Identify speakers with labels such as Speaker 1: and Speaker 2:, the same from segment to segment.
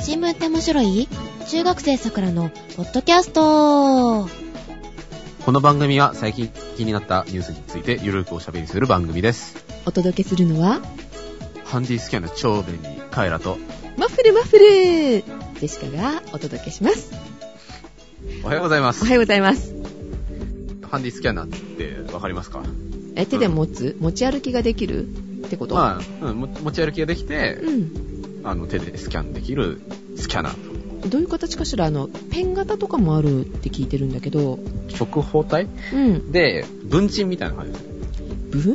Speaker 1: 新聞って面白い中学生さくらのポッドキャスト
Speaker 2: この番組は最近気になったニュースについてゆるくおしゃべりする番組です。
Speaker 1: お届けするのは
Speaker 2: ハンディスキャンの超便利カエラと、
Speaker 1: マッフルマッフルジェシカがお届けします
Speaker 2: おはようございます
Speaker 1: お。はようございます
Speaker 2: ハンディスキャナーってわかりますか
Speaker 1: え手で持つ持ち歩きができるってこと、
Speaker 2: まあ、うんも持ち歩きができて、
Speaker 1: うん
Speaker 2: あの手でスキャンできるスキャナー。
Speaker 1: どういう形かしらあのペン型とかもあるって聞いてるんだけど
Speaker 2: 直方体
Speaker 1: うん
Speaker 2: で、文鎮みたいな感じですね。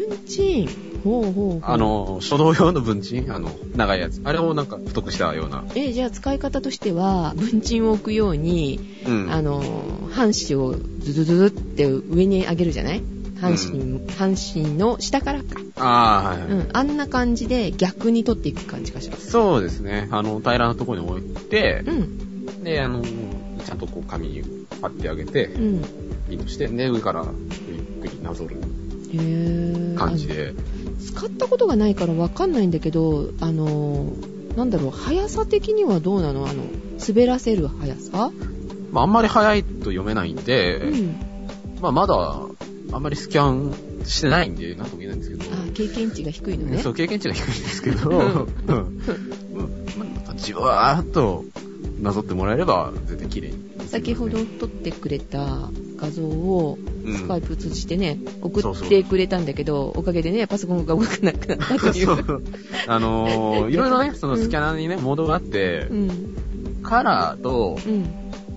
Speaker 1: 文鎮ほうほうほう
Speaker 2: あの、書道用の文鎮あの、長いやつ。あれをなんか太くしたような。
Speaker 1: えじゃあ使い方としては文鎮を置くように
Speaker 2: うん。
Speaker 1: あの、半紙をズズズズって上に上げるじゃない半紙に、半紙の下からか。。
Speaker 2: あー、はいはいう
Speaker 1: ん。あんな感じで逆に取っていく感じかしら。
Speaker 2: そうですね。あの、平らなところに置いて、
Speaker 1: うん。
Speaker 2: で、あの、ちゃんとこう紙に貼ってあげて、
Speaker 1: うん。
Speaker 2: ピンとして、で、上からゆっくりなぞる
Speaker 1: へー
Speaker 2: 感じで。
Speaker 1: あの使ったことがないからわかんないんだけど、あの、なんだろう、速さ的にはどうなのあの、滑らせる速さ、
Speaker 2: まあ、あんまり早いと読めないんで、
Speaker 1: うん。
Speaker 2: まあ、まだ、あんまりスキャンしてないんで、なんとも言えないんですけど、
Speaker 1: あ、経験値が低いのね
Speaker 2: そ。う、経験値が低いんですけど、
Speaker 1: うん
Speaker 2: うんまあなんかじわーっとなぞってもらえれば、全然綺麗に。
Speaker 1: 先ほど撮ってくれた画像を
Speaker 2: うん
Speaker 1: スカイプ通じてね、
Speaker 2: そ
Speaker 1: 送
Speaker 2: う
Speaker 1: っ
Speaker 2: そう
Speaker 1: てくれたんだけど、おかげでね、パソコンが動かなくなったとい。
Speaker 2: そうう。あのー、いろいろね、そのスキャナーにね、モードがあって
Speaker 1: う、ん、
Speaker 2: カラーと、
Speaker 1: うん、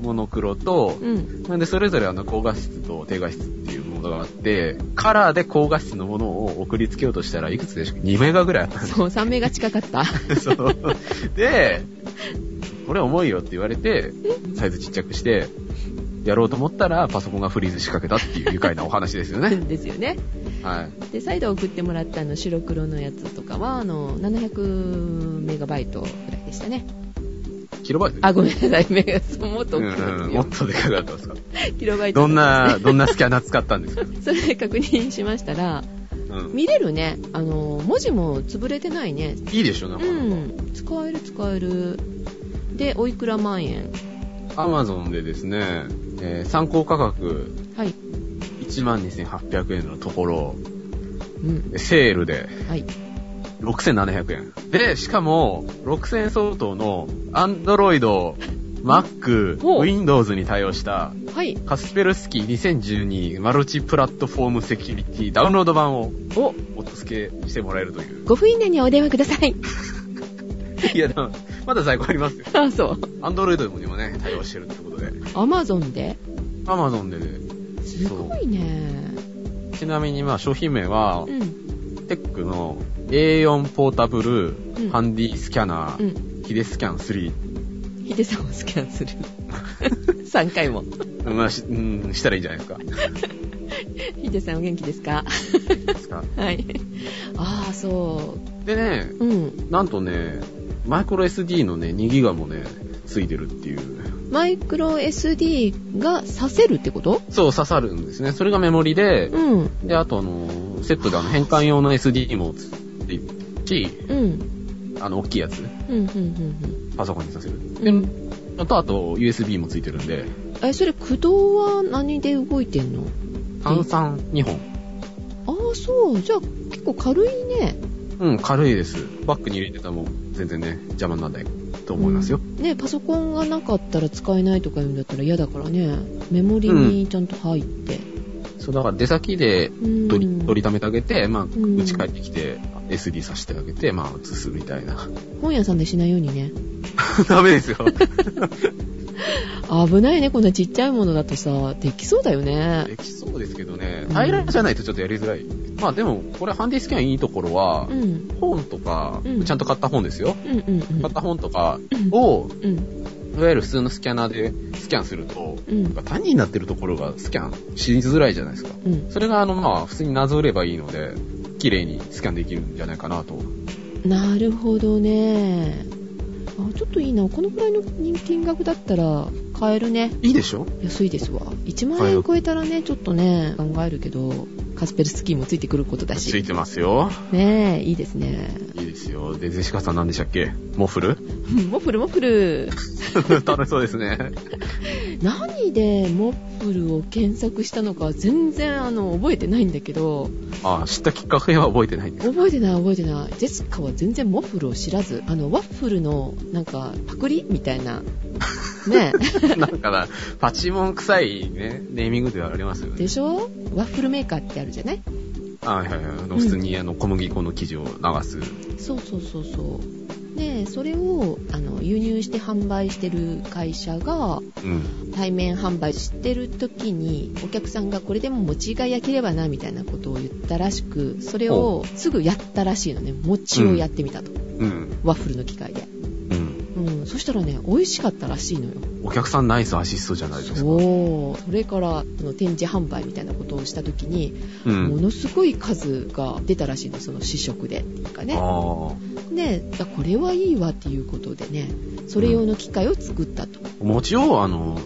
Speaker 2: モノクロと、
Speaker 1: うん。
Speaker 2: なんで、それぞれあの、高画質と低画質っていうものがあって、カラーで高画質のものを送りつけようとしたらいくつでしたっけ ?2 メガぐらいあったん
Speaker 1: そう、3名が近かった。
Speaker 2: ですよ。 そうで、これ重いよって言われて、サイズちっちゃくして、やろうと思ったらパソコンがフリーズしかけたっていう愉快なお話ですよ ね。
Speaker 1: ですよね。
Speaker 2: はい。
Speaker 1: で、再度送ってもらったあの白黒のやつとかは、あの、700メガバイトぐらいでしたね。
Speaker 2: キロバイト
Speaker 1: あ、ごめんなさい、メガ、そうもっと
Speaker 2: う
Speaker 1: 大
Speaker 2: ん
Speaker 1: きかった
Speaker 2: うん、
Speaker 1: です
Speaker 2: も
Speaker 1: よ
Speaker 2: っ。とでかかったんですか
Speaker 1: キロバイト。
Speaker 2: どん。な、どんなスキャナー使ったんですか
Speaker 1: それで確認しましたら、
Speaker 2: うん。
Speaker 1: 見れるね。あの、文字も潰れてないね。
Speaker 2: いいでしょ、なんか。
Speaker 1: うん、使える使える。で、おいくら万円
Speaker 2: アマゾンでですね、えー参考価格
Speaker 1: はい。
Speaker 2: 12,800円のところ、
Speaker 1: うん。
Speaker 2: セールで
Speaker 1: はい。
Speaker 2: 6700円。で、しかも、6000円相当の Android、Mac、
Speaker 1: ほう
Speaker 2: Windows に対応した、
Speaker 1: はい。
Speaker 2: カスペルスキー2012マルチプラットフォームセキュリティダウンロード版を
Speaker 1: お、
Speaker 2: お付けしてもらえるという。
Speaker 1: 5分以内にお電話ください。
Speaker 2: いや、でもまだ在庫ありますよ。
Speaker 1: あ、 そう。
Speaker 2: Android にもね、対応してるってことで。
Speaker 1: アマゾンで
Speaker 2: Amazon で、
Speaker 1: すごいね。
Speaker 2: ちなみにまあ商品名は
Speaker 1: う、ん。
Speaker 2: テックの A4 ポータブル、
Speaker 1: うん
Speaker 2: ハンディスキャナ
Speaker 1: うん。
Speaker 2: ー、ヒデスキャン3、
Speaker 1: ヒデさんをスキャンする。3回 も。
Speaker 2: まあし、うん、したらいいんじゃないですか。
Speaker 1: ヒデさんお元気ですか
Speaker 2: ですか
Speaker 1: はい。ああ、そ
Speaker 2: でね、
Speaker 1: う。うん。
Speaker 2: なんとね、マイクロ SD のね、2ギガもね、ついてるっていう。
Speaker 1: マイクロ SD がさせるってこと
Speaker 2: そう、刺さるんですね。それがメモリで、
Speaker 1: うん。
Speaker 2: で、あとあの、セットであの、変換用の SD もついてるし、
Speaker 1: うん。うん、
Speaker 2: あの、大きいやつ、
Speaker 1: うん、うん、
Speaker 2: パソコンにさせる。
Speaker 1: うん。うん
Speaker 2: あと、あと、USB もついてるんで、
Speaker 1: え、それ駆動は何で動いてんの
Speaker 2: 炭酸2本。
Speaker 1: ああ、そう。じゃあ、結構軽いね。
Speaker 2: うん、軽いです。バッグに入れてたらもう全然ね、邪魔にならないと思いますよ。
Speaker 1: ね、パソコンがなかったら使えないとか言うんだったら嫌だからね。メモリにちゃんと入って。
Speaker 2: そう、だから出先で
Speaker 1: うん。
Speaker 2: 取り、取りためてあげて、まあ、
Speaker 1: ん
Speaker 2: うち帰ってきて、SD さしてあげて、まあ、映すみたいな。
Speaker 1: 本屋さんでしないようにね。
Speaker 2: ダメですよ。
Speaker 1: 危ないね、こんなちっちゃいものだとさ、できそうだよね。
Speaker 2: できそうですけどね、
Speaker 1: うん
Speaker 2: 平らじゃないとちょっとやりづらい。まあでも、これハンディスキャンいいところは
Speaker 1: う、ん。
Speaker 2: 本とか
Speaker 1: うん、
Speaker 2: ちゃんと買った本ですよ。
Speaker 1: うんうんうん
Speaker 2: 買った本とかを、
Speaker 1: うん
Speaker 2: いわゆる普通のスキャナーでスキャンすると、
Speaker 1: うん
Speaker 2: 単になってるところがスキャンしづらいじゃないですか。
Speaker 1: うん
Speaker 2: それが、あの、まあ、普通になぞればいいので、綺麗にスキャンできるんじゃないかなと。
Speaker 1: なるほどねあちょっといいなこのくらいの金額だったら買えるね
Speaker 2: いいでしょ
Speaker 1: 安いですわ1万円超えたらねちょっとね考えるけどカスペルスキーもついてくることだ
Speaker 2: つい
Speaker 1: し。
Speaker 2: てますよ。
Speaker 1: ねえ、いいですね。
Speaker 2: いいですよ。で、ゼシカさん何でしたっけモフル
Speaker 1: モフル、モフル。
Speaker 2: 楽しそうですね。
Speaker 1: 何でモフルを検索したのか全然あの覚えてないんだけど、
Speaker 2: あ、知ったきっかけは覚えてないんです。
Speaker 1: 覚えてない覚えてない。ジェシカは全然モフルを知らず、あの、ワッフルのなんかパクリみたいな。ね
Speaker 2: なんかな、パチモン臭いね、ネーミングではありますよ
Speaker 1: え。
Speaker 2: ね。
Speaker 1: でしょワッフルメーカーってあるじゃない
Speaker 2: あはいはいはい。あの普通にあの小麦粉の生地を流す。
Speaker 1: そうそうそうそう。で、それをあの輸入して販売してる会社が、
Speaker 2: うん。
Speaker 1: 対面販売してる時にお客さんがこれでも餅が焼ければなみたいなことを言ったらしくそれをすぐやったらしいのね餅をやってみたと、
Speaker 2: うん。
Speaker 1: ワッフルの機械で、
Speaker 2: うん。
Speaker 1: うん、そしたらね美味しかったらしいのよ
Speaker 2: お客さんナイスアシストじゃないですか。
Speaker 1: そうそれからあの展示販売みたいなことをした時に、
Speaker 2: う
Speaker 1: も
Speaker 2: ん。
Speaker 1: のすごい数が出たらしいのその試食でっていうか
Speaker 2: あ
Speaker 1: ね
Speaker 2: あ。
Speaker 1: であこれはいいわっていうことでねそれ用の機械を作ったと、
Speaker 2: 餅をあの、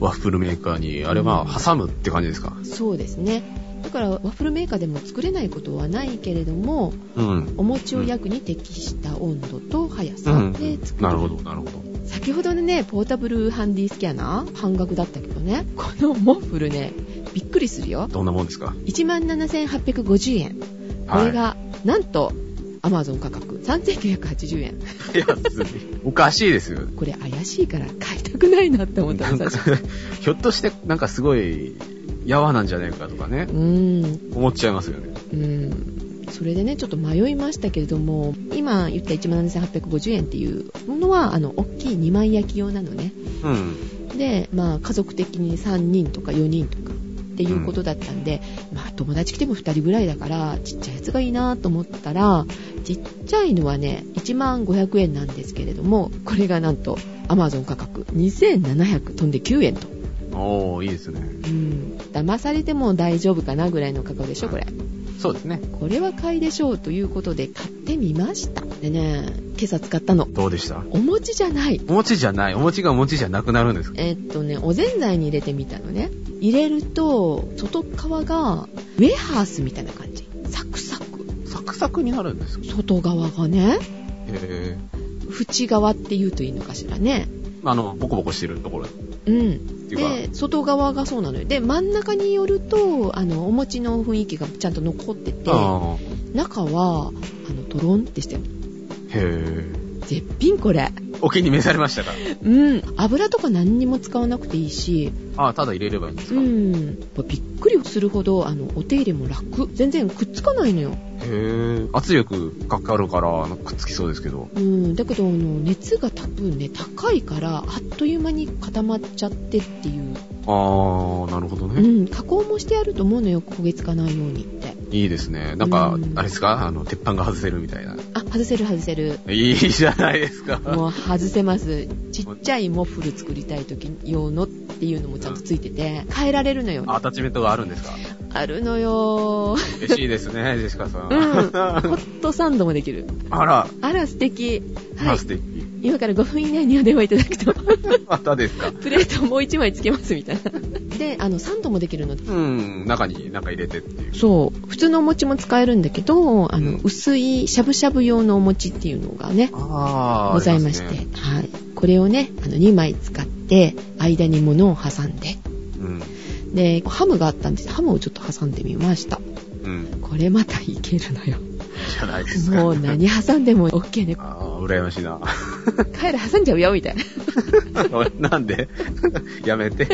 Speaker 2: ワッフルメーカーに、あれは挟むって感じですか。
Speaker 1: そうですねだからワッフルメーカーでも作れないことはないけれども
Speaker 2: うん。
Speaker 1: お餅を焼くに適した温度と速
Speaker 2: う
Speaker 1: さ
Speaker 2: ん
Speaker 1: で作る、
Speaker 2: なるほど、なるほど。
Speaker 1: 先ほどのねポータブルハンディスキャナー半額だったけどねこのモッフルねびっくりするよ
Speaker 2: どんなもんですか
Speaker 1: 17,850円これが、なんとアマゾン価格3,980円
Speaker 2: いや、別におかしいですよ。
Speaker 1: これ怪しいから買いたくないなって思った
Speaker 2: な
Speaker 1: の
Speaker 2: んか
Speaker 1: 最初、
Speaker 2: ひょっとして、なんかすごい、やわなんじゃないかとかね
Speaker 1: う、ーん
Speaker 2: 思っちゃいますよね。
Speaker 1: うん、それでねちょっと迷いましたけれども今言った1万7850円っていうものはあの大きい2枚焼き用なのね
Speaker 2: うん。
Speaker 1: で、まあ、家族的に3人とか4人とかっていうことだったんで、まあ、友達来ても2人ぐらいだからちっちゃいやつがいいなと思ったらちっちゃいのはね1万500円なんですけれどもこれがなんとアマゾン価格2700飛んで9円と、
Speaker 2: おー、いいですね。
Speaker 1: うん、騙されても大丈夫かなぐらいの価格でしょこれ。
Speaker 2: そうですね。
Speaker 1: これは買いでしょうということで買ってみましたでね今朝使ったの
Speaker 2: どうでした
Speaker 1: お餅じゃない
Speaker 2: お餅じゃない。お餅がお餅じゃなくなるんですか
Speaker 1: えっとねおぜんざいに入れてみたのね入れると外側がウェハースみたいな感じサクサク
Speaker 2: サクサクになるんですか
Speaker 1: 外側がね
Speaker 2: へ
Speaker 1: 縁側って言うといいのかしらね
Speaker 2: ー。あの、ボコボコしてるところっ
Speaker 1: うん
Speaker 2: ていうか、
Speaker 1: で外側がそうなのよで真ん中によるとあのお餅の雰囲気がちゃんと残ってて
Speaker 2: あー
Speaker 1: 中はあのトロンってしてる
Speaker 2: へー。
Speaker 1: 絶品これ
Speaker 2: お気に召されましたか
Speaker 1: うん油とか何にも使わなくていいし
Speaker 2: あー、ただ入れればいいんです
Speaker 1: う
Speaker 2: か、へ
Speaker 1: んびっくりするほどあのお手入れも楽全然くっつかないのよ、
Speaker 2: ー。圧力かかるから、あのくっつきそうですけど。
Speaker 1: うん、だけどあの熱が多分ね高いからあっという間に固まっちゃってっていう、
Speaker 2: あー、なるほど
Speaker 1: う
Speaker 2: ね。
Speaker 1: ん、加工もしてあると思うのよ焦げつかないようにって
Speaker 2: いいですね。なんか、
Speaker 1: うん
Speaker 2: あれですかあの、鉄板が外せるみたいな。
Speaker 1: あ外せる外せる
Speaker 2: いいじゃないですか。
Speaker 1: もう外せますちっちゃいモッフル作りたい時用のっていうのもちゃんとついてて変えられるのよ
Speaker 2: アタッチメントがあるんですか
Speaker 1: あるのよ
Speaker 2: 嬉しいですね、ジェシカさん。
Speaker 1: うんホットサンドもできる
Speaker 2: あら、
Speaker 1: あら素敵は
Speaker 2: あ
Speaker 1: い
Speaker 2: 素敵。
Speaker 1: 今から5分以内にお電話いただくと
Speaker 2: またですか
Speaker 1: プレートもう1枚つけますみたいなであのサンドもできるの
Speaker 2: うん、中になんか入れてっていう。
Speaker 1: そう普通のお餅も使えるんだけどあの、
Speaker 2: うん
Speaker 1: 薄いしゃぶしゃぶ用のお餅っていうのがね
Speaker 2: ああ。
Speaker 1: ございまして
Speaker 2: ありすね
Speaker 1: はい、これをねあの2枚使って間に物を挟んで
Speaker 2: うん。
Speaker 1: でハムがあったんですハムをちょっと挟んでみました
Speaker 2: うん。
Speaker 1: これまたいけるの よ
Speaker 2: じゃないですか。
Speaker 1: もう何挟んでも OK ね
Speaker 2: ああ、羨ましいな。
Speaker 1: カエル挟んじゃうよみたいな
Speaker 2: なんで やめて。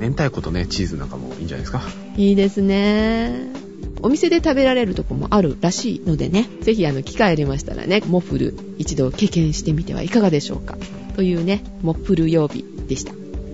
Speaker 2: 明太子とね、チーズなんかもいいんじゃないですか。
Speaker 1: いいですね。お店で食べられるとこもあるらしいのでね、ぜひあの機会ありましたらね、モッフル一度経験してみてはいかがでしょうか。というね、モッフル曜日でした。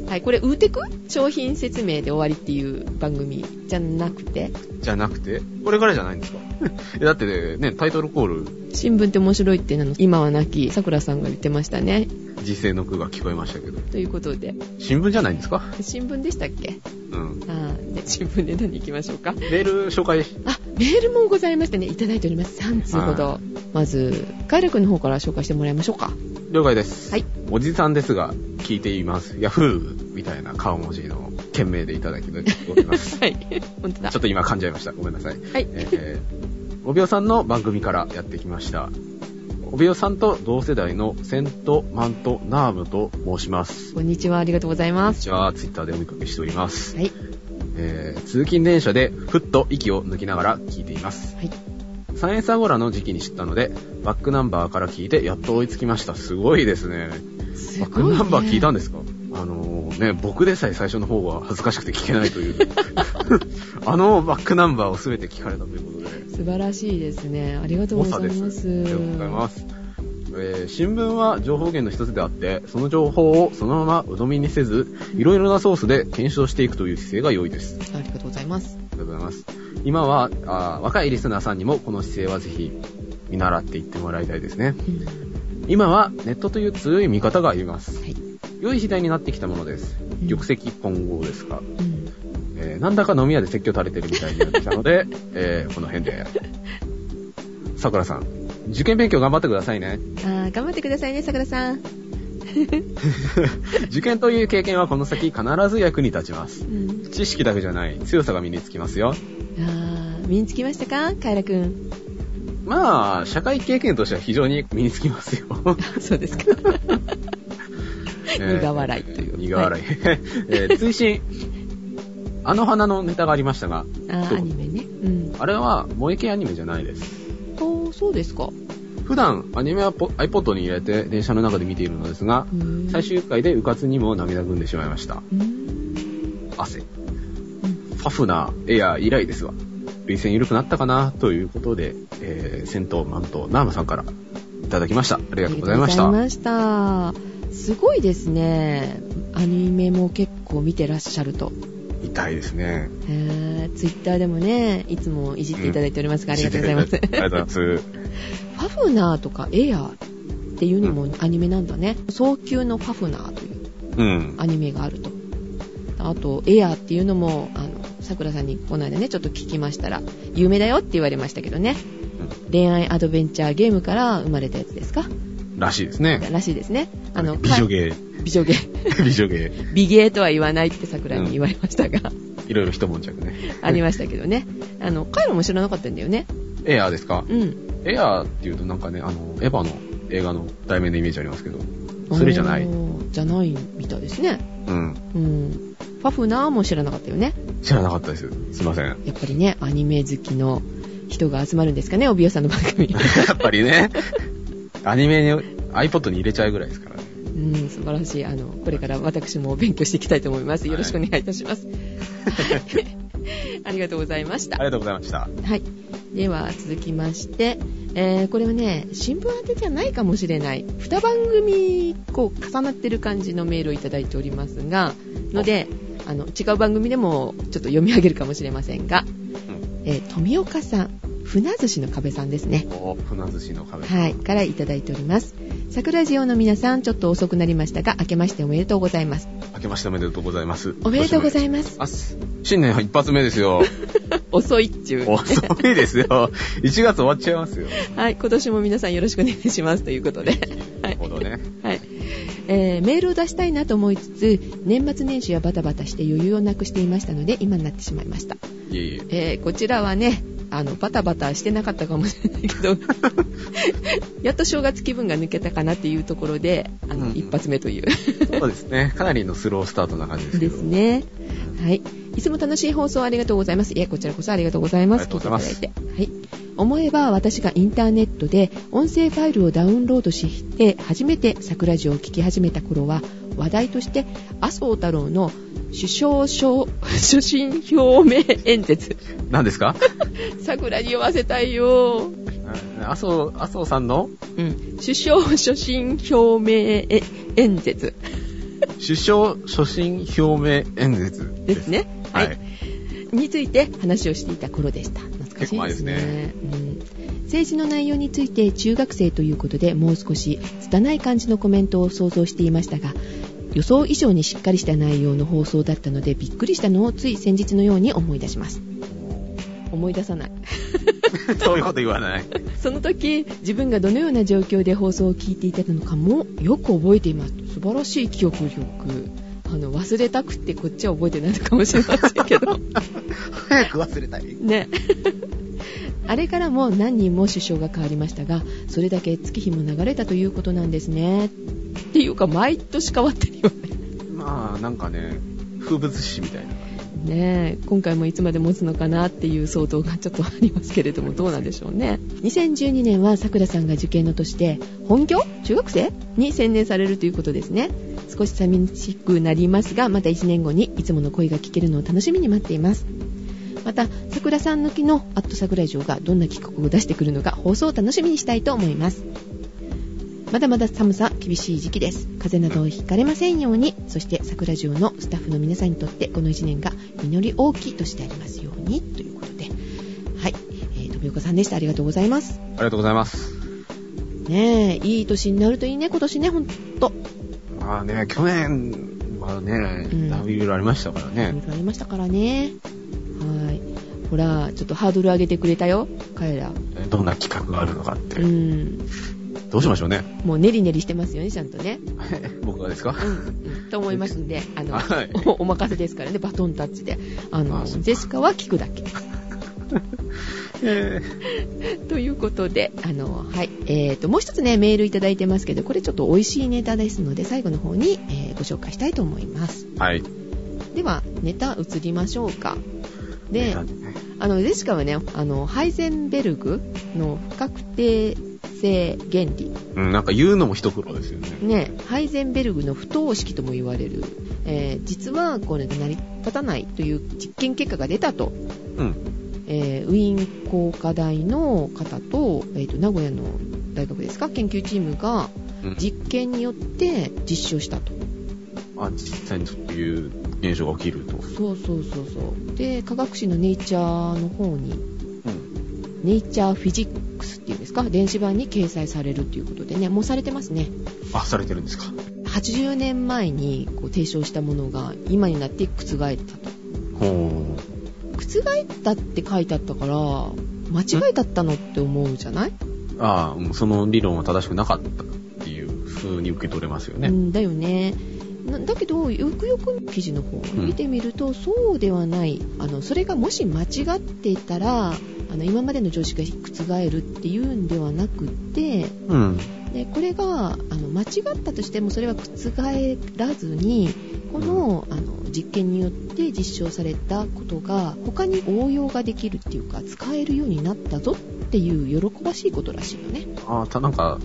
Speaker 1: はい、これ、ウーテク商品説明で終わりっていう番組じゃなくて、
Speaker 2: じゃなくて、これから じゃないんですかいやだってね、タイトルコール、
Speaker 1: 新聞って面白いってなの、今は亡き桜さんが言ってましたね。
Speaker 2: 実践の句が聞こえましたけど。
Speaker 1: ということで、
Speaker 2: 新聞じゃないんですか
Speaker 1: 新聞でしたっけ
Speaker 2: うん。
Speaker 1: あーで新聞で何行きましょうか。
Speaker 2: メール紹介
Speaker 1: あ、メールもございましたね。いただいております。3通ほ
Speaker 2: は
Speaker 1: ど。まず、カエル君の方から紹介してもらいましょうか。
Speaker 2: 了解です。
Speaker 1: はい。
Speaker 2: おじさんですが、聞いています。ヤフーみたいな顔文字の懸命でいただきおります。
Speaker 1: はい。 本当だ
Speaker 2: ちょ。っと今噛んじゃいました。ごめんなさい。
Speaker 1: はい
Speaker 2: えー、おびおさんの番組からやってきました。おびおさんと同世代のセント・マント・ナームと申します。
Speaker 1: こんにちは。ありがとうございま
Speaker 2: こんに
Speaker 1: す。
Speaker 2: ちは、ツイッターでお見かけしております。
Speaker 1: はい。
Speaker 2: えー、通勤電車でふっと息を抜きながら聞いています。
Speaker 1: はい。
Speaker 2: サイエンスアゴラの時期に知ったので、バックナンバーから聞いてやっと追いつきました。すごいですね。
Speaker 1: す
Speaker 2: バッ
Speaker 1: ご
Speaker 2: ク
Speaker 1: い、ね。
Speaker 2: ナンバー聞いたんですかあのーね、僕でさえ最初の方は恥ずかしくて聞けないという。 あのバックナンバーを全て聞かれたということで。
Speaker 1: 素晴らしいですね。ありがとう
Speaker 2: 誤
Speaker 1: ご
Speaker 2: 差
Speaker 1: ざい
Speaker 2: です。あ
Speaker 1: ま
Speaker 2: り
Speaker 1: す。
Speaker 2: がとうございます。えー新聞は情報源の一つであって、その情報をそのまま鵜呑みにせず、いろいろなソースで検証していくという姿勢が良いです。あ
Speaker 1: す。ありがとうございます。
Speaker 2: りがとうございます。今は、あー若いリスナーさんにもこの姿勢はぜひ見習っていってもらいたいですね。
Speaker 1: うん
Speaker 2: 今はネットという強い見方があります。
Speaker 1: はい。
Speaker 2: 良い時代になってきたものです。
Speaker 1: ん
Speaker 2: 玉石混合ですか。
Speaker 1: うん
Speaker 2: えーなんだか飲み屋で説教垂れてるみたいになってきたので、 えーこの辺で。さくらさん、受験勉強頑張ってくださいね。
Speaker 1: あー頑張ってくださいね、桜さん。
Speaker 2: 受験という経験はこの先必ず役に立ちます
Speaker 1: う。ん。
Speaker 2: 知識だけじゃない、強さが身につきますよ。
Speaker 1: あー身につきましたかカイラくん。
Speaker 2: まあ、社会経験としては非常に身につきますよ。
Speaker 1: そうですか。 苦笑いと
Speaker 2: と
Speaker 1: いう
Speaker 2: 苦笑い。 えー追伸。あの花のネタがありましたが、
Speaker 1: あー
Speaker 2: どう
Speaker 1: アニメね。うん。
Speaker 2: あれは萌え系アニメじゃないです。
Speaker 1: おーそうですか。
Speaker 2: 普段、アニメはポ iPod に入れて電車の中で見ているのですが、
Speaker 1: うん
Speaker 2: 最。終回でうかつにも涙ぐんでしまいました。
Speaker 1: うん。
Speaker 2: 汗。ファフナー、エアー以来ですわ。涙腺緩くなったかなということで、えー、戦闘マント、ナームさんからいただきました。あり
Speaker 1: あ
Speaker 2: がとうございました。
Speaker 1: りがとうございました。すごいですね。アニメも結構見てらっしゃると。
Speaker 2: 痛いですね。
Speaker 1: へーツイッターでもね、いつもいじっていただいておりますが、ありがとうございます。
Speaker 2: ありがとうございます。
Speaker 1: ファフナーとかエアーっていうのもアニメなんだね。早急のファフナーという
Speaker 2: うん。
Speaker 1: アニメがあると。あと、エアーっていうのも、あの、桜さんにこの間ね、ちょっと聞きましたら、有名だよって言われましたけどね。恋愛アドベンチャーゲームから生まれたやつですから
Speaker 2: しいですね。
Speaker 1: らしいですね。あの、
Speaker 2: 美女ゲ
Speaker 1: ー。美女ゲー。
Speaker 2: ー。美女ゲ ー。
Speaker 1: 美ゲーとは言わないって桜に言われました が、
Speaker 2: いろいろ一悶着ね。
Speaker 1: ありましたけどね。あの、カイロも知らなかったんだよね。
Speaker 2: エアーですか
Speaker 1: うん。
Speaker 2: エアーっていうとなんかね、あの、エヴァの映画の題名のイメージありますけど、それじゃない。
Speaker 1: お
Speaker 2: う
Speaker 1: ー。じゃないみたいですね。
Speaker 2: ん。
Speaker 1: うん。ファフナーも知らなかったよね。
Speaker 2: 知らなかったです。すいません。 や
Speaker 1: やっぱりね、アニメ好きの人が集まるんですかね、帯ビさんの番 組。
Speaker 2: っぱりね、アニメに、iPod に入れちゃうぐらいですからね。
Speaker 1: うん、素晴らしい。あの、これから私も勉強していきたいと思います。よろしくお願いいたし ます。 はい。ありがとうございまし
Speaker 2: あ
Speaker 1: た
Speaker 2: り。がとうございました。
Speaker 1: はい。では、続きまして、えー、これはね、新聞当てじゃないかもしれない。二番組、こう、重なってる感じのメールをいただいておりますが、ので、あの、違う番組でも、ちょっと読み上げるかもしれませんが、えー、富岡さん、船寿司の壁さんですね。
Speaker 2: お船寿司の壁。
Speaker 1: はい、からいただいております。桜ジオの皆さん、ちょっと遅くなりましたが、明けましておめでとうございます。
Speaker 2: 明けましておめでとうございます。
Speaker 1: おめでとうござ
Speaker 2: い
Speaker 1: います。
Speaker 2: ます。新年一発目で すよ。
Speaker 1: 遅いっちゅう。
Speaker 2: 遅いですよ。1月終わっちゃいますよ。
Speaker 1: はい、今年も皆さんよろしくお願いしますということで。
Speaker 2: なるほどね。
Speaker 1: はい。えー、メールを出したいなと思いつつ、年末年始はバタバタして余裕をなくしていましたので、今になってしまいました。
Speaker 2: いえいえ。
Speaker 1: えー、こちらはね、あの、バタバタしてなかったかもしれないけ ど、やっと正月気分が抜けたかなっていうところで、あの、
Speaker 2: うん
Speaker 1: 一発目という。
Speaker 2: そうですね。かなりのスロースタートな感じですけ
Speaker 1: で
Speaker 2: ど。
Speaker 1: すね。はい。いつも楽しい放送ありがとうございます。いや、こちらこそありがとうございます。
Speaker 2: ありがとうございます
Speaker 1: 聞いていただいて。はい。思えば私がインターネットで音声ファイルをダウンロードして初めて桜城を聞き始めた頃は話題として麻生太郎の首相 賞所信表明演説
Speaker 2: 何ですか
Speaker 1: 桜に読ませたいよ、
Speaker 2: 麻生、麻生さんの
Speaker 1: うん、首相所信表明え演説
Speaker 2: 首相所信表明演説
Speaker 1: で
Speaker 2: ですす。
Speaker 1: ね
Speaker 2: はい。
Speaker 1: について話をしていた頃でした。懐かしいですね。
Speaker 2: 結構前
Speaker 1: うん政治の内容について中学生ということでもう少し拙い感じのコメントを想像していましたが予想以上にしっかりした内容の放送だったのでびっくりしたのをつい先日のように思い出します思い出さない
Speaker 2: そういうこと言わない。
Speaker 1: その時自分がどのような状況で放送を聞いていたのかもよく覚えています素晴らしい記憶力あの、忘れたくってこっちは覚えてないのかもしれませんけど。
Speaker 2: 早く忘れたい。
Speaker 1: ね。 あれからも何人も首相が変わりましたが、それだけ月日も流れたということなんですね。っていうか、毎年変わってるよね。
Speaker 2: まあ、なんかね、風物詩みたいな。
Speaker 1: ねえ今回もいつまで持つのかなっていう相当がちょっとありますけれどもどうなんでしょうね2012年はさくらさんが受験の年で本業中学生に専念されるということですね少し寂しくなりますがまた1年後にいつもの声が聞けるのを楽しみに待っていますまたさくらさん抜きの「アット桜井城」がどんな企画を出してくるのか放送を楽しみにしたいと思いますまだまだ寒さ厳しい時期です風邪などをひかれませんようにそして桜城のスタッフの皆さんにとってこの1年が実り大きいとしてありますようにということではい、えー、富岡さんでしたありがとうございます
Speaker 2: ありがとうございます。
Speaker 1: ねえいい年になるといいね今年ねほんと
Speaker 2: まあね、去年はね
Speaker 1: うん、
Speaker 2: だいぶいろいろありましたから
Speaker 1: いろ
Speaker 2: ね。
Speaker 1: いろありましたからねはいほらちょっとハードル上げてくれたよ彼ら
Speaker 2: どんな企画があるのかっ
Speaker 1: う
Speaker 2: て。
Speaker 1: ん
Speaker 2: どうしましょ うね。
Speaker 1: もうネリネリしてますよねちゃんとね
Speaker 2: 僕がですか
Speaker 1: うんと思いますんで、あの、
Speaker 2: はい
Speaker 1: おお任せですからね、バトンタッチで。あの、
Speaker 2: あそうか
Speaker 1: ジェシカは聞くだけ。
Speaker 2: え
Speaker 1: ということで、あの、はい。えーと、もう一つね、メールいただいてますけど、これちょっと美味しいネタですので、最後の方に、えーご紹介したいと思います。
Speaker 2: ーはい。
Speaker 1: では、ネタ移りましょうか。で、
Speaker 2: ね
Speaker 1: あの、ジェシカはね、あの、ハイゼンベルグの不確定性原理
Speaker 2: うん、なんか言うのも一苦労ですよね。
Speaker 1: ね、ハイゼンベルグの不等式とも言われる、えー実はこれが成り立たないという実験結果が出たと、
Speaker 2: うん。
Speaker 1: えーウィーン工科大の方と,、えーと名古屋の大学ですか研究チームが
Speaker 2: うん
Speaker 1: 実験によって実証したと。
Speaker 2: あ、実際にそういう現象が起きると。
Speaker 1: そうそうそうそうで科学誌の「ネイチャー」の方に
Speaker 2: うん。
Speaker 1: 「ネイチャーフィジックス」っていうんですか電子版に掲載されるということでねもうされてますね
Speaker 2: あ、されてるんですか。
Speaker 1: 80年前にこう提唱したものが今になって覆ったと
Speaker 2: ほ
Speaker 1: 覆ったって書いてあったから間違いだったのって思うじゃない、
Speaker 2: う。ああ、うんその理論は正しくなかったっていう風に受け取れますよ
Speaker 1: う
Speaker 2: ね。
Speaker 1: んだよねなだけどよくよく記事の方を見てみると、そうではないあのそれがもし間違っていたらあの今までの常識が覆るっていうんではなくって
Speaker 2: うん。
Speaker 1: でこれがあの間違ったとしてもそれは覆らずにこのあの実験によって実証されたことが他に応用ができるっていうか使えるようになったぞっていう喜ばしいことらしいよね
Speaker 2: ああ、た、なんか、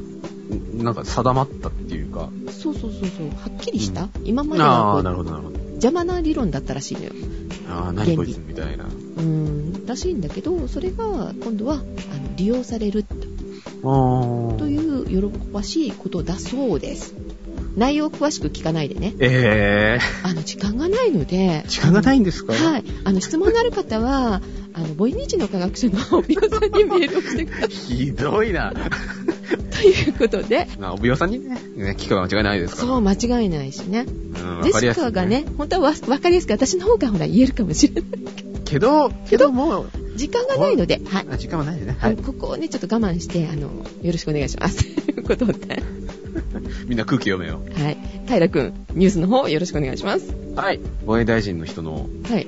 Speaker 2: なんか定まったっていうか。
Speaker 1: そうそうそうそうはっきりした、
Speaker 2: う
Speaker 1: 今まで
Speaker 2: ああ、な
Speaker 1: はこう
Speaker 2: るほど、なるほど。
Speaker 1: 邪魔な理論だったらしいのよ
Speaker 2: ああ、何こいつみたいな。
Speaker 1: うんらしいんだけどそれが今度はあの利用される
Speaker 2: ああ。
Speaker 1: という喜ばしいことだそうです内容を詳しく聞かないでね
Speaker 2: ええ
Speaker 1: あの時間がないので
Speaker 2: ー、時間がないんですか。
Speaker 1: はいい、あの質問のある方は、あのボイニーチの科学者のおびおさんにメールをしてくださ
Speaker 2: ひどい な。
Speaker 1: いということで、
Speaker 2: まあ、おびよさんにね、ね聞くは間違いないですから。
Speaker 1: そう間違いないしね、
Speaker 2: うん。わ
Speaker 1: ジ
Speaker 2: かり
Speaker 1: ェ
Speaker 2: や
Speaker 1: シ
Speaker 2: すい
Speaker 1: カが。ね、本当はわ分かりやすく、私の方がほら言えるかもしれない、
Speaker 2: けど、けどもう、
Speaker 1: 時間がないので、はい、
Speaker 2: あ時間はないんでね。
Speaker 1: あ
Speaker 2: は
Speaker 1: の
Speaker 2: い。
Speaker 1: ここをね、ちょっと我慢して、あのよろしくお願いします。という ことで、
Speaker 2: みんな空気読めよ
Speaker 1: はい、平君、ニュースの方、よろしくお願いします。
Speaker 2: う。はい。防衛大臣の人の、
Speaker 1: はい、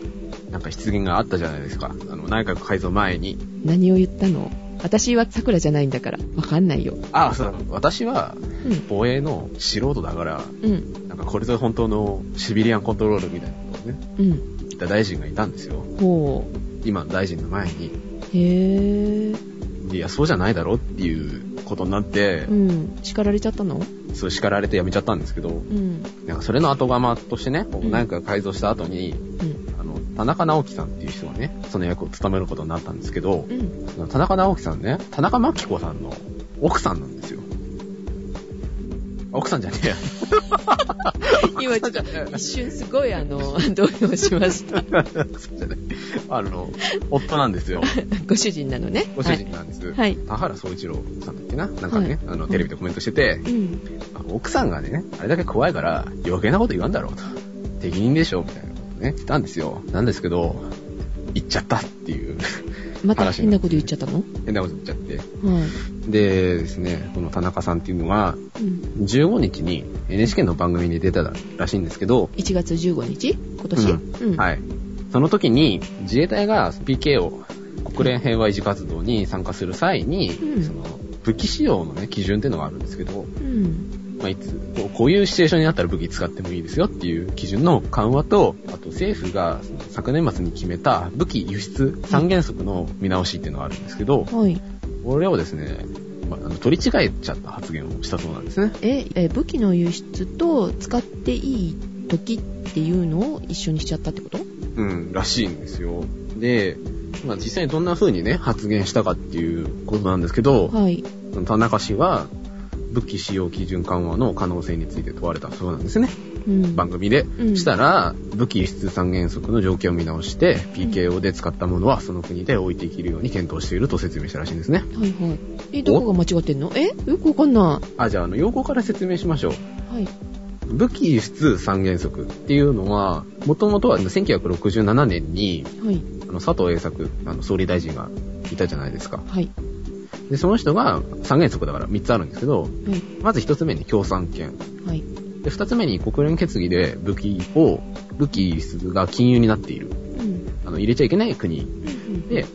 Speaker 2: なんか失言があったじゃないですか。あの、内閣改造前に。
Speaker 1: 何を言ったの私は桜じゃないんだから、分かんないよ。
Speaker 2: ああ、そう。私は、
Speaker 1: う
Speaker 2: 防衛の素人だから、
Speaker 1: ん、うん、
Speaker 2: なんかこれぞ本当のシビリアンコントロールみたいなことをね、
Speaker 1: うん、
Speaker 2: 言った大臣がいたんですよ。
Speaker 1: ほ
Speaker 2: 今の大臣の前
Speaker 1: う、
Speaker 2: に。
Speaker 1: へー。
Speaker 2: いや、そうじゃないだろっていうことになって
Speaker 1: う、ん、叱られちゃったの
Speaker 2: そう叱られて辞めちゃったんですけど、
Speaker 1: うん、
Speaker 2: なんかそれの後釜としてね、
Speaker 1: ん
Speaker 2: 内閣改造した後に、
Speaker 1: うん、
Speaker 2: あの、田中直樹さんっていう人がね、その役を務めることになったんですけど
Speaker 1: う、ん。
Speaker 2: 田中直樹さんね、田中真紀子さんの奥さんなんですよ。奥さんじゃねえや。
Speaker 1: 今ちょっと一瞬すごいあ の、動揺しました。
Speaker 2: 奥さんじゃない。 あの、夫なんですよ。
Speaker 1: ご主人なのね。
Speaker 2: ご主人なんです。
Speaker 1: はい。
Speaker 2: 田原総一郎さんだっけななんか
Speaker 1: はい
Speaker 2: ね、あの、テレビでコメントしてて、
Speaker 1: はい。うん。
Speaker 2: 奥さんがね、あれだけ怖いから余計なこと言わんだろうと。適任でしょみたいなことね、言ったんですよ。なんですけど、言っちゃったっていう、
Speaker 1: また変なこと言っちゃったのは
Speaker 2: 変なこと言っちゃって。
Speaker 1: い。
Speaker 2: でですね、この田中さんっていうのは、
Speaker 1: うん、
Speaker 2: 15日に NHK の番組に出てたらしいんですけど、
Speaker 1: 1月15日今年、、
Speaker 2: うんはいい。その時に、自衛隊が PKO、国連平和維持活動に参加する際に、
Speaker 1: うん
Speaker 2: その武器使用のね、基準っていうのがあるんですけど、
Speaker 1: うん
Speaker 2: まあ、いつ、こうこういうシチュエーションになったら武器使ってもいいですよっていう基準の緩和と、あと政府がその昨年末に決めた武器輸出三原則の見直しっていうのがあるんですけど、
Speaker 1: はい、
Speaker 2: これをですね、まあ、あの取り違えちゃった発言をしたそうなんですね。
Speaker 1: ええ武器の輸出と使っていい時っていうのを一緒にしちゃったってこと
Speaker 2: うん、らしいんですよ。で、まあ、実際にどんな風にね、発言したかっていうことなんですけど、
Speaker 1: はい
Speaker 2: 田中氏は、武器使用基準緩和の可能性について問われたそうなんですね。
Speaker 1: うん
Speaker 2: 番組で。
Speaker 1: ん
Speaker 2: したら、武器輸出三原則の条件を見直して、PKO で使ったものはその国で置いていけるように検討していると説明したらしいんですね。
Speaker 1: はいはいえどこが間違ってんのえよくわかんな
Speaker 2: あ、じゃあ、あの、用語から説明しましょう。
Speaker 1: いはい
Speaker 2: 武器輸出三原則っていうのは、もともとは1967年に、
Speaker 1: はい
Speaker 2: あの、佐藤栄作、あの、総理大臣がいたじゃないですか。
Speaker 1: はい
Speaker 2: で、その人が三原則だから3つあるんですけど、
Speaker 1: はい
Speaker 2: まず1つ目に共産権。
Speaker 1: はい
Speaker 2: で、2つ目に国連決議で武器を、武器輸出が禁輸になっている。
Speaker 1: うん
Speaker 2: あの、入れちゃいけない国
Speaker 1: うん
Speaker 2: で、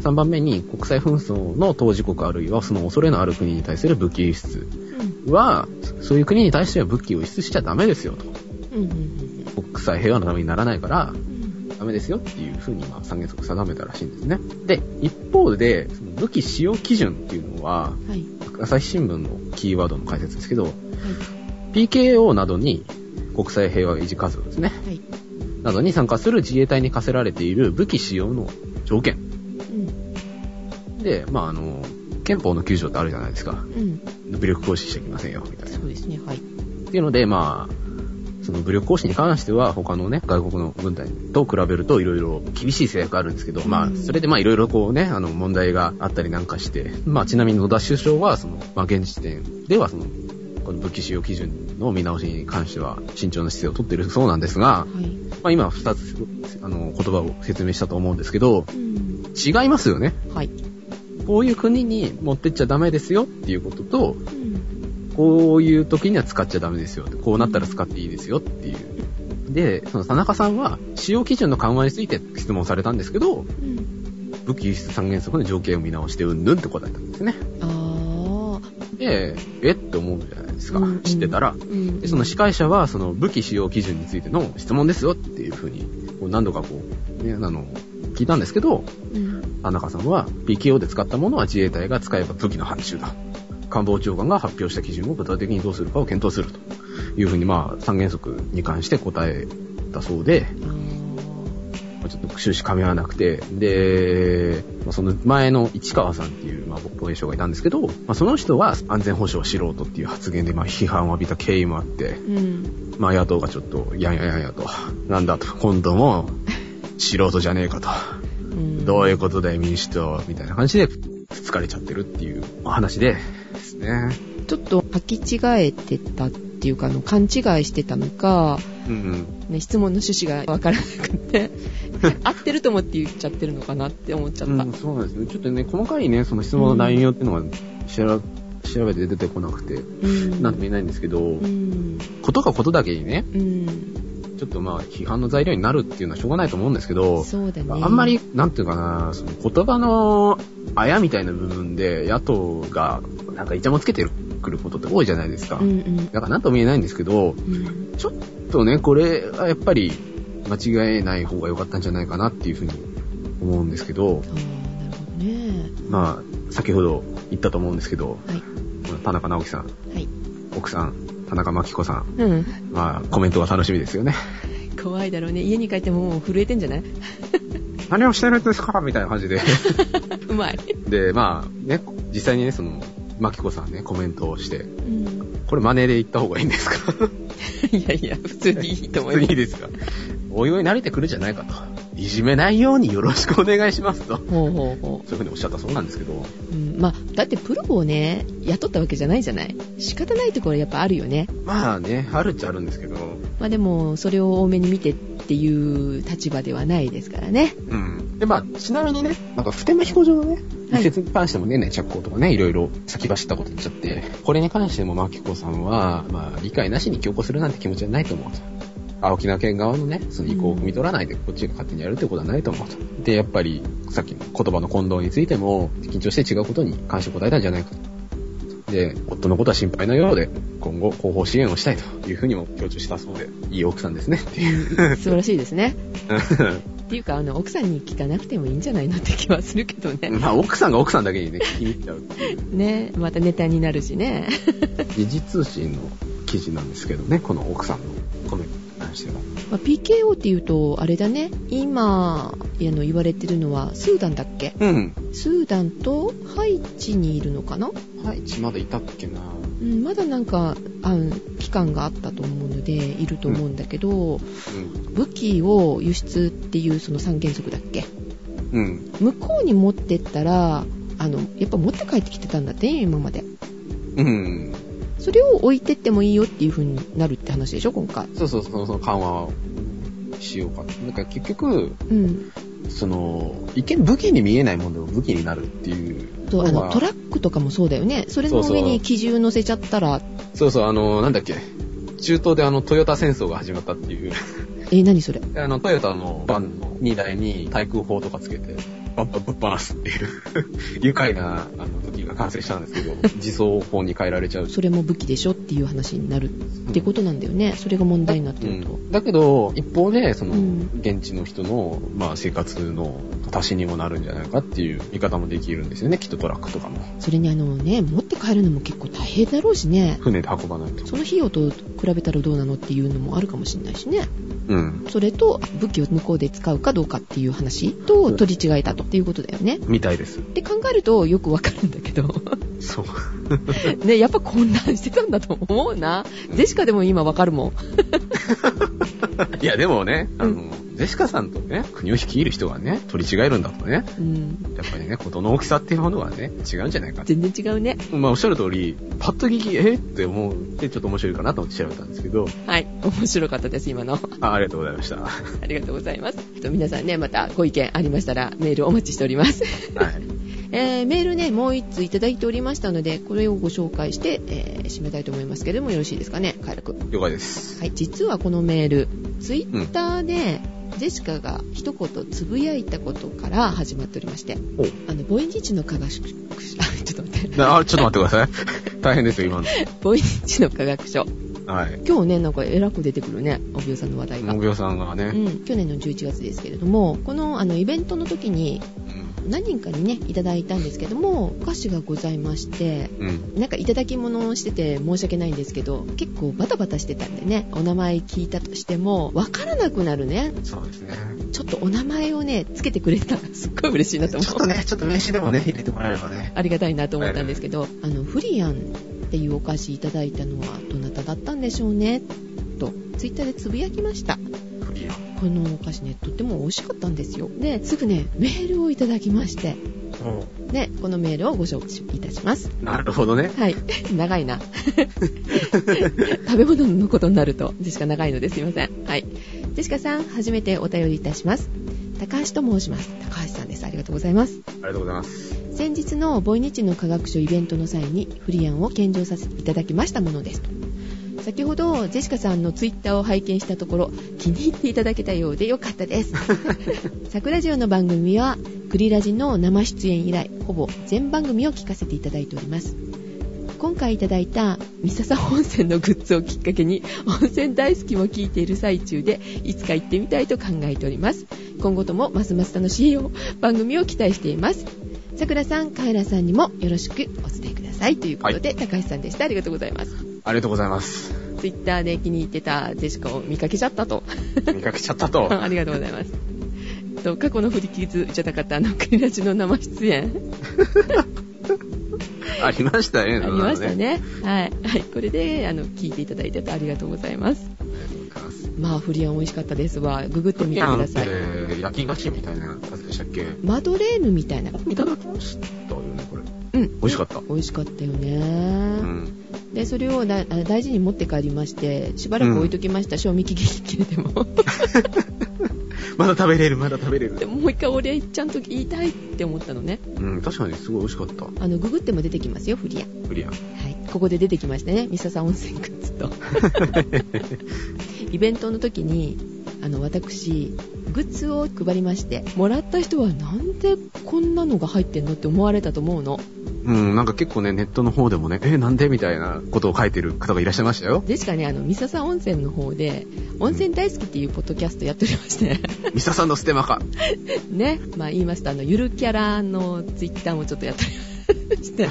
Speaker 2: 3番目に国際紛争の当事国あるいはその恐れのある国に対する武器輸出
Speaker 1: うん
Speaker 2: は、そういう国に対しては武器を輸出しちゃダメですよと。
Speaker 1: うんうん
Speaker 2: 国際平和のためにならないから、
Speaker 1: うん
Speaker 2: ダメですよっていう風にまあ三原則定めたらしいんですね。で、一方で、その武器使用基準っていうのは、
Speaker 1: うんはい
Speaker 2: 朝日新聞のキーワードの解説ですけど、
Speaker 1: は
Speaker 2: PKO などに国際平和維持活動ですね。
Speaker 1: いはい
Speaker 2: などに参加する自衛隊に課せられている武器使用の条件
Speaker 1: うん
Speaker 2: で、まあ、あの、憲法の9条ってあるじゃないですか。
Speaker 1: うん
Speaker 2: 武力行使しちゃいけませんよ、みたいな。
Speaker 1: そうですねはい
Speaker 2: っていうので、まあ、その武力行使に関しては、他のね、外国の軍隊と比べると、いろいろ厳しい制約あるんですけど、ま
Speaker 1: う
Speaker 2: あ、
Speaker 1: ん
Speaker 2: それでまあ、いろいろこうね、あの、問題があったりなんかして、まあ、ちなみに野田首相は、その、まあ、現時点では、その、この武器使用基準の見直しに関しては、慎重な姿勢をとっているそうなんですが、
Speaker 1: はい
Speaker 2: まあ、今、二つ、あの、言葉を説明したと思うんですけど、
Speaker 1: うん
Speaker 2: 違いますよね。
Speaker 1: はい
Speaker 2: こういう国に持ってっちゃダメですよっていうことと、
Speaker 1: うん
Speaker 2: こういう時には使っちゃダメですよって。こうなったら使っていいですよっていう。で、その田中さんは、使用基準の緩和について質問されたんですけど、
Speaker 1: うん
Speaker 2: 武器輸出三原則の条件を見直してうんぬんって答えたんですね。
Speaker 1: あ
Speaker 2: で、えって思うじゃないですか
Speaker 1: うんう。ん
Speaker 2: 知ってたら。
Speaker 1: ーうん
Speaker 2: で、その司会者は、その武器使用基準についての質問ですよっていうふうに、こう何度かこう、ね、あの、聞いたんですけど、
Speaker 1: うん
Speaker 2: 田中さんは PKO で使ったものは自衛隊が使えば武器の発注だ。官房長官が発表した基準を具体的にどうするかを検討するというふうに、まあ、三原則に関して答えたそうで、
Speaker 1: あー
Speaker 2: まあちょっと終始噛み合わなくて、で、まあその前の市川さんっていう、まあ、防衛省がいたんですけど、まあ、その人は安全保障素人っていう発言で、まあ、批判を浴びた経緯もあって、
Speaker 1: うん
Speaker 2: まあ、野党がちょっと、やんやんやんやと、なんだと、今度も、素人じゃねえかと。
Speaker 1: うん
Speaker 2: どういうことだよ、民主党、みたいな感じで、疲れちゃってるっていう話で、ですね。
Speaker 1: ちょっと履き違えてたっていうかあの勘違いしてたのか、
Speaker 2: うん
Speaker 1: ね、質問の趣旨がわからなく て合ってると思って言っちゃってるのかなって思っちゃ
Speaker 2: う
Speaker 1: っ
Speaker 2: ん。
Speaker 1: た、
Speaker 2: そうなんですね。ちょっとね、細かいね、その質問の内容っていうのが、調べ調べて出てこなくて、
Speaker 1: うん
Speaker 2: なんとも言えないんですけど
Speaker 1: う、ん
Speaker 2: ことがことだけにね、
Speaker 1: うん
Speaker 2: ちょっとまあ、批判の材料になるっていうのはしょうがないと思うんですけど、
Speaker 1: そうだね
Speaker 2: あんまり、なんていうかな、その言葉のあやみたいな部分で、野党が、なんかイチャもつけてくることって多いじゃないですか。
Speaker 1: うんうん
Speaker 2: だからなんとも言えないんですけど、
Speaker 1: うん
Speaker 2: ちょっとね、これはやっぱり間違えない方が良かったんじゃないかなっていうふうに思うんですけど
Speaker 1: あ、ーなるほどね
Speaker 2: まあ、先ほど言ったと思うんですけど、
Speaker 1: はい
Speaker 2: 田中直樹さん、
Speaker 1: はい
Speaker 2: 奥さん、田中真紀子さん、
Speaker 1: うん
Speaker 2: まあ、コメントが楽しみですよね。
Speaker 1: 怖いだろうね家に帰ってももう震えてんじゃない
Speaker 2: 何をしてるんですかみたいな感じで。
Speaker 1: うまい、
Speaker 2: で、まあ、ね、実際にね、その、真紀子さんね、コメントをして、
Speaker 1: うん、
Speaker 2: これ真似で言った方がいいんですか
Speaker 1: いやいや普通にいいと思い
Speaker 2: 普
Speaker 1: ま
Speaker 2: 通に い
Speaker 1: す
Speaker 2: いですかおいおい慣れてくるじゃないかと。いじめないようによろしくお願いしますと。
Speaker 1: ほうほうほう
Speaker 2: そういうふうにおっしゃったそうなんですけど、
Speaker 1: うん、まあだってプロをね雇ったわけじゃないじゃない仕方ないところやっぱあるよね
Speaker 2: まあね、あるっちゃあるんですけど、
Speaker 1: まあでもそれを多めに見てっていう立場ではないですからね
Speaker 2: うん。で、まあ、ちなみにね、なんか、普天間飛行場のね、
Speaker 1: はい
Speaker 2: 移設に関してもね、ね、着工とかね、いろいろ先走ったこと言っちゃって、これに関しても、マキコさんは、まあ、理解なしに強行するなんて気持ちはないと思うと。あ沖縄県側のね、その意向を汲み取らないで、こっちが勝手にやるってことはないと思うと。で、やっぱり、さっきの言葉の混同についても、緊張して違うことに関して答えたんじゃないかと。で、夫のことは心配なようで、今後、後方支援をしたいというふうにも強調したそうで、いい奥さんですね、っ ていう。
Speaker 1: 素晴らしいですね。っていうか、あの、奥さんに聞かなくてもいいんじゃないのって気はするけどね。
Speaker 2: まあ、奥さんが奥さんだけにね、聞きに行っちゃう。
Speaker 1: ね、またネタになるしね。
Speaker 2: 時事通信の記事なんですけどね、この奥さんのコメントに関しては。
Speaker 1: まあ PKO っていうと、あれだね、今、あの、言われてるのは、スーダンだっけ
Speaker 2: うん。
Speaker 1: スーダンとハイチにいるのかな
Speaker 2: ハイチまだいたっけな
Speaker 1: うん、まだなんか、あの期間があったと思うので、いると思うんだけど、
Speaker 2: うん。
Speaker 1: 武器を輸出っていうその三原則だっけ
Speaker 2: うん。
Speaker 1: 向こうに持ってったら、あの、やっぱ持って帰ってきてたんだって、今まで。
Speaker 2: うん。
Speaker 1: それを置いてってもいいよっていう風になるって話でしょ、今回。
Speaker 2: そうそう、そのその緩和をしようか。なんか結局、
Speaker 1: うん。
Speaker 2: その、一見武器に見えないものでも武器になるっていう。
Speaker 1: と、あ
Speaker 2: ま
Speaker 1: の、トラックとかもそうだよね。それの
Speaker 2: そうそ
Speaker 1: 上
Speaker 2: う
Speaker 1: に基準乗せちゃったら、
Speaker 2: そうそう、あの、なんだっけ。中東であの、トヨタ戦争が始まったっていう。
Speaker 1: え、何それ
Speaker 2: あの、トヨタのバンの荷台に対空砲とかつけて、バッバッバッバースっていう、 愉快な、あの、時が完成したんですけ ど、自走砲に変えられちゃう。
Speaker 1: それも武器でしょっていう話になるってことなんだよね。それが問題になってると。
Speaker 2: だけど、一方で、その
Speaker 1: うん、
Speaker 2: 現地の人の、まあ、生活の足しにもなるんじゃないかっていう見方もできるんですよね。きっとトラックとかも。
Speaker 1: それにあのね、持って帰るのも結構大変だろうしね。
Speaker 2: 船で運ばないと。
Speaker 1: その費用と比べたらどうなのっていうのもあるかもしれないしね。
Speaker 2: うん。
Speaker 1: それと武器を向こうで使うかどうかっていう話と取り違えたとっていうことだよね。
Speaker 2: みたいです。
Speaker 1: って考えるとよくわかるんだけど。
Speaker 2: そう。
Speaker 1: ね、やっぱ混乱してたんだと思うな。ジェシカでも今わかるもん。
Speaker 2: いや、でもね、あ
Speaker 1: う
Speaker 2: の、ジェシカさんとね、国を率いる人がね、取り違えるんだとね、
Speaker 1: うん。
Speaker 2: やっぱりね、事の大きさっていうものはね、違うんじゃないかって
Speaker 1: 全然違うね。
Speaker 2: まあおっしゃる通り、パッと聞き、えって思うで、ちょっと面白いかなと思って調べたんですけど、
Speaker 1: はい。面白かったです、今の。
Speaker 2: あありがとうございました。は
Speaker 1: ありがとうございます。えっと皆さんね、またご意見ありましたらメールお待ちしております。
Speaker 2: い。
Speaker 1: えーメールね、もう一通いただいておりましたので、これをご紹介して、えー締めたいと思いますけれども、よろしいですかね、快楽。
Speaker 2: 了解です。
Speaker 1: はい、実はこのメール、ツイッターで、ジェシカが一言つぶやいたことから始まっておりまして、
Speaker 2: お
Speaker 1: あの、ボインチの科学書、あちょっと待って、
Speaker 2: なあ、ちょっと待ってください。 大変ですよ、今の。
Speaker 1: ボインチの科学書。
Speaker 2: はい。
Speaker 1: 今日ね、なんか偉く出てくるね、おびさんの話題が。
Speaker 2: 農業さんが
Speaker 1: う
Speaker 2: ね、
Speaker 1: ん、去年の11月ですけれども、このあのイベントの時に何人かにね、いただいたんですけども、お菓子がございまして、
Speaker 2: うん。うん。
Speaker 1: なんかいただき物をしてて申し訳ないんですけど結構バタバタしてたんでねお名前聞いたとしてもわからなくなるね
Speaker 2: そうですね。
Speaker 1: ちょっとお名前をねつけてくれたらすっごい嬉しいなと思う、
Speaker 2: ね、ちょっと名刺でもね、入れてもらえればね。
Speaker 1: ありがたいなと思ったんですけどあのフリアンっていうお菓子いただいたのはどなただったんでしょうねとツイッターでつぶやきました
Speaker 2: クリア。
Speaker 1: このお菓子ねとっても美味しかったんですよですぐねメールをいただきましてねこのメールをご紹介いたします
Speaker 2: なるほどね。
Speaker 1: はい。 長いな。食べ物のことになると、ジェシカ長いのですいません。はい。ジェシカさん、初めてお便りいたします。高橋と申します。高橋さんです。ありがとうございます。
Speaker 2: ありがとうございます。
Speaker 1: 先日のボイニッチの科学書イベントの際にフリアンを献上させていただきましたものですと先ほどジェシカさんのツイッターを拝見したところ気に入っていただけたようでよかったです桜ジオの番組はクリラジの生出演以来ほぼ全番組を聞かせていただいております今回いただいた三笹温泉のグッズをきっかけに温泉大好きも聞いている最中でいつか行ってみたいと考えております今後ともますます楽しいよ番組を期待していますさくらさん、カエラさんにもよろしくお伝えくださいということで、高橋さんでした。ありがとうございます。
Speaker 2: ありがとうございます。
Speaker 1: ツイッターで気に入ってたジェシカを見かけちゃった と。
Speaker 2: 見かけちゃった と。
Speaker 1: ありがとうございます。と過去の振り傷じゃなかったあのクリラジの生出演
Speaker 2: ありましたね、
Speaker 1: ありました
Speaker 2: そんなの。
Speaker 1: ね。はい。はい。これで、あの、聞いていただいてありがとうございます。
Speaker 2: ありがとうございます。
Speaker 1: まあ、フリアン美味しかったですわ。ググって
Speaker 2: ク
Speaker 1: み
Speaker 2: リ
Speaker 1: て
Speaker 2: ア
Speaker 1: く
Speaker 2: ン
Speaker 1: だ
Speaker 2: っ
Speaker 1: さい。
Speaker 2: て、焼き菓子みたいなやつでしたっけ
Speaker 1: マドレーヌみたいな。
Speaker 2: いただきましたよね、これ。
Speaker 1: うん。
Speaker 2: 美味しかった。
Speaker 1: 美味しかったよね。
Speaker 2: うん。
Speaker 1: でそれをだあ大事に持って帰りましてしばらく置いときました、賞味期限切れても
Speaker 2: まだ食べれる、まだ食べれ
Speaker 1: で
Speaker 2: る。
Speaker 1: もう一回お礼ちゃんと言いたいって思ったのね。
Speaker 2: うん、確かにすごい美味しかった。
Speaker 1: あの、ググっても出てきますよ、フリア。
Speaker 2: クリアン。
Speaker 1: はい、ここで出てきましたね、三笹温泉グッズと。イベントの時に、あの、私、グッズを配りまして、もらった人はなんでこんなのが入ってんのって思われたと思うの。
Speaker 2: うん、なんか結構ね、ネットの方でもね、え、なんでみたいなことを書いてる方がいらっしゃいました よ。
Speaker 1: でしかね、あの、三笹温泉の方で、温泉大好きっていうポッドキャストやっておりまして、
Speaker 2: ミサさんのステ マか。
Speaker 1: ね、まあ言いますと、あの、ゆるキャラのツイッターもちょっとやっておりまして、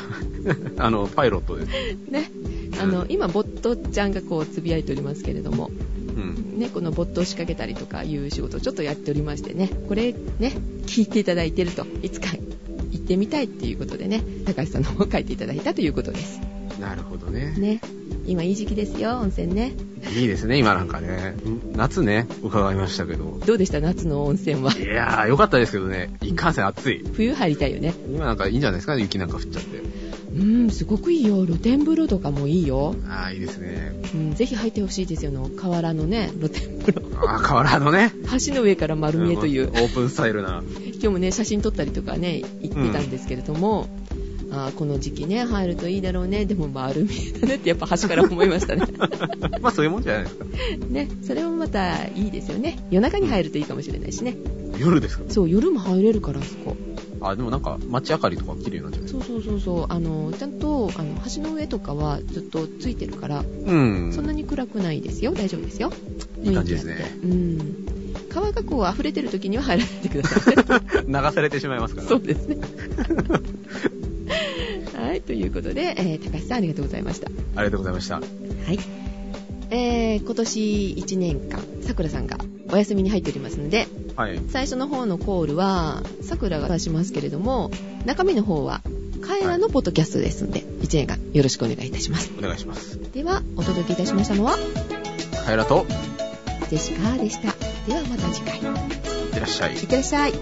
Speaker 2: あの、パイロットで。
Speaker 1: ね、あの、今、ボットちゃんがこう、つぶやいておりますけれども、
Speaker 2: うん。
Speaker 1: ね、このボットを仕掛けたりとかいう仕事をちょっとやっておりましてね、これね、聞いていただいてると、いつか行ってみたいっていうことでね、高橋さんの方を書いていただいたということです。
Speaker 2: なるほどね。
Speaker 1: ね、今いい時期ですよ、温泉ね。
Speaker 2: いいですね、今なんかね。夏ね、伺いましたけど。。
Speaker 1: どうでした夏の温泉はい
Speaker 2: やー、よかったですけどね。いかんせん暑い。
Speaker 1: 冬入りたいよね。
Speaker 2: 今なんかいいんじゃないですか、雪なんか降っちゃって。
Speaker 1: うん、すごくいいよ。露天風呂とかもいいよ。
Speaker 2: あー、いいですね。
Speaker 1: うん、ぜひ入ってほしいですよ。あの、河原のね、露天風呂。
Speaker 2: あー、河原のね。
Speaker 1: 橋の上から丸見えという
Speaker 2: オ。ープンスタイル な。
Speaker 1: 今日もね写真撮ったりとかね行ってたんですけれども、あーこの時期ね入るといいだろうねでも丸見えだねってやっぱ端から思いま したね
Speaker 2: まあそういうもんじゃないですか。
Speaker 1: ねそれもまたいいですよね夜中に入るといいかもしれないしね
Speaker 2: 夜ですか
Speaker 1: そう夜も入れるからあそこ
Speaker 2: あ、でもなんか街明かりとか綺麗になっちゃう。
Speaker 1: そうそうそうそうあのちゃんとあの橋の上とかはずっとついてるから、
Speaker 2: うん。
Speaker 1: そんなに暗くないですよ大丈夫ですよ
Speaker 2: いい感じですね
Speaker 1: 雰囲気あってうん川がこう溢れてる時には入らないでくださいね
Speaker 2: 流されてしまいますから。
Speaker 1: そうですね はいということで、えー高橋さんありがとうございました
Speaker 2: ありがとうございました。
Speaker 1: はい。えー、今年1年間、さくらさんがお休みに入っておりますので、
Speaker 2: はい。
Speaker 1: 最初の方のコールは、さくらが出しますけれども、中身の方は、カエラのポッドキャストですので、1年間よろしくお願いいたします。
Speaker 2: お願いします。
Speaker 1: では、お届けいたしましたのは、
Speaker 2: カエラと、
Speaker 1: ジェシカでした。ではまた次回。い
Speaker 2: いってらっしゃい。
Speaker 1: ってらっしゃい。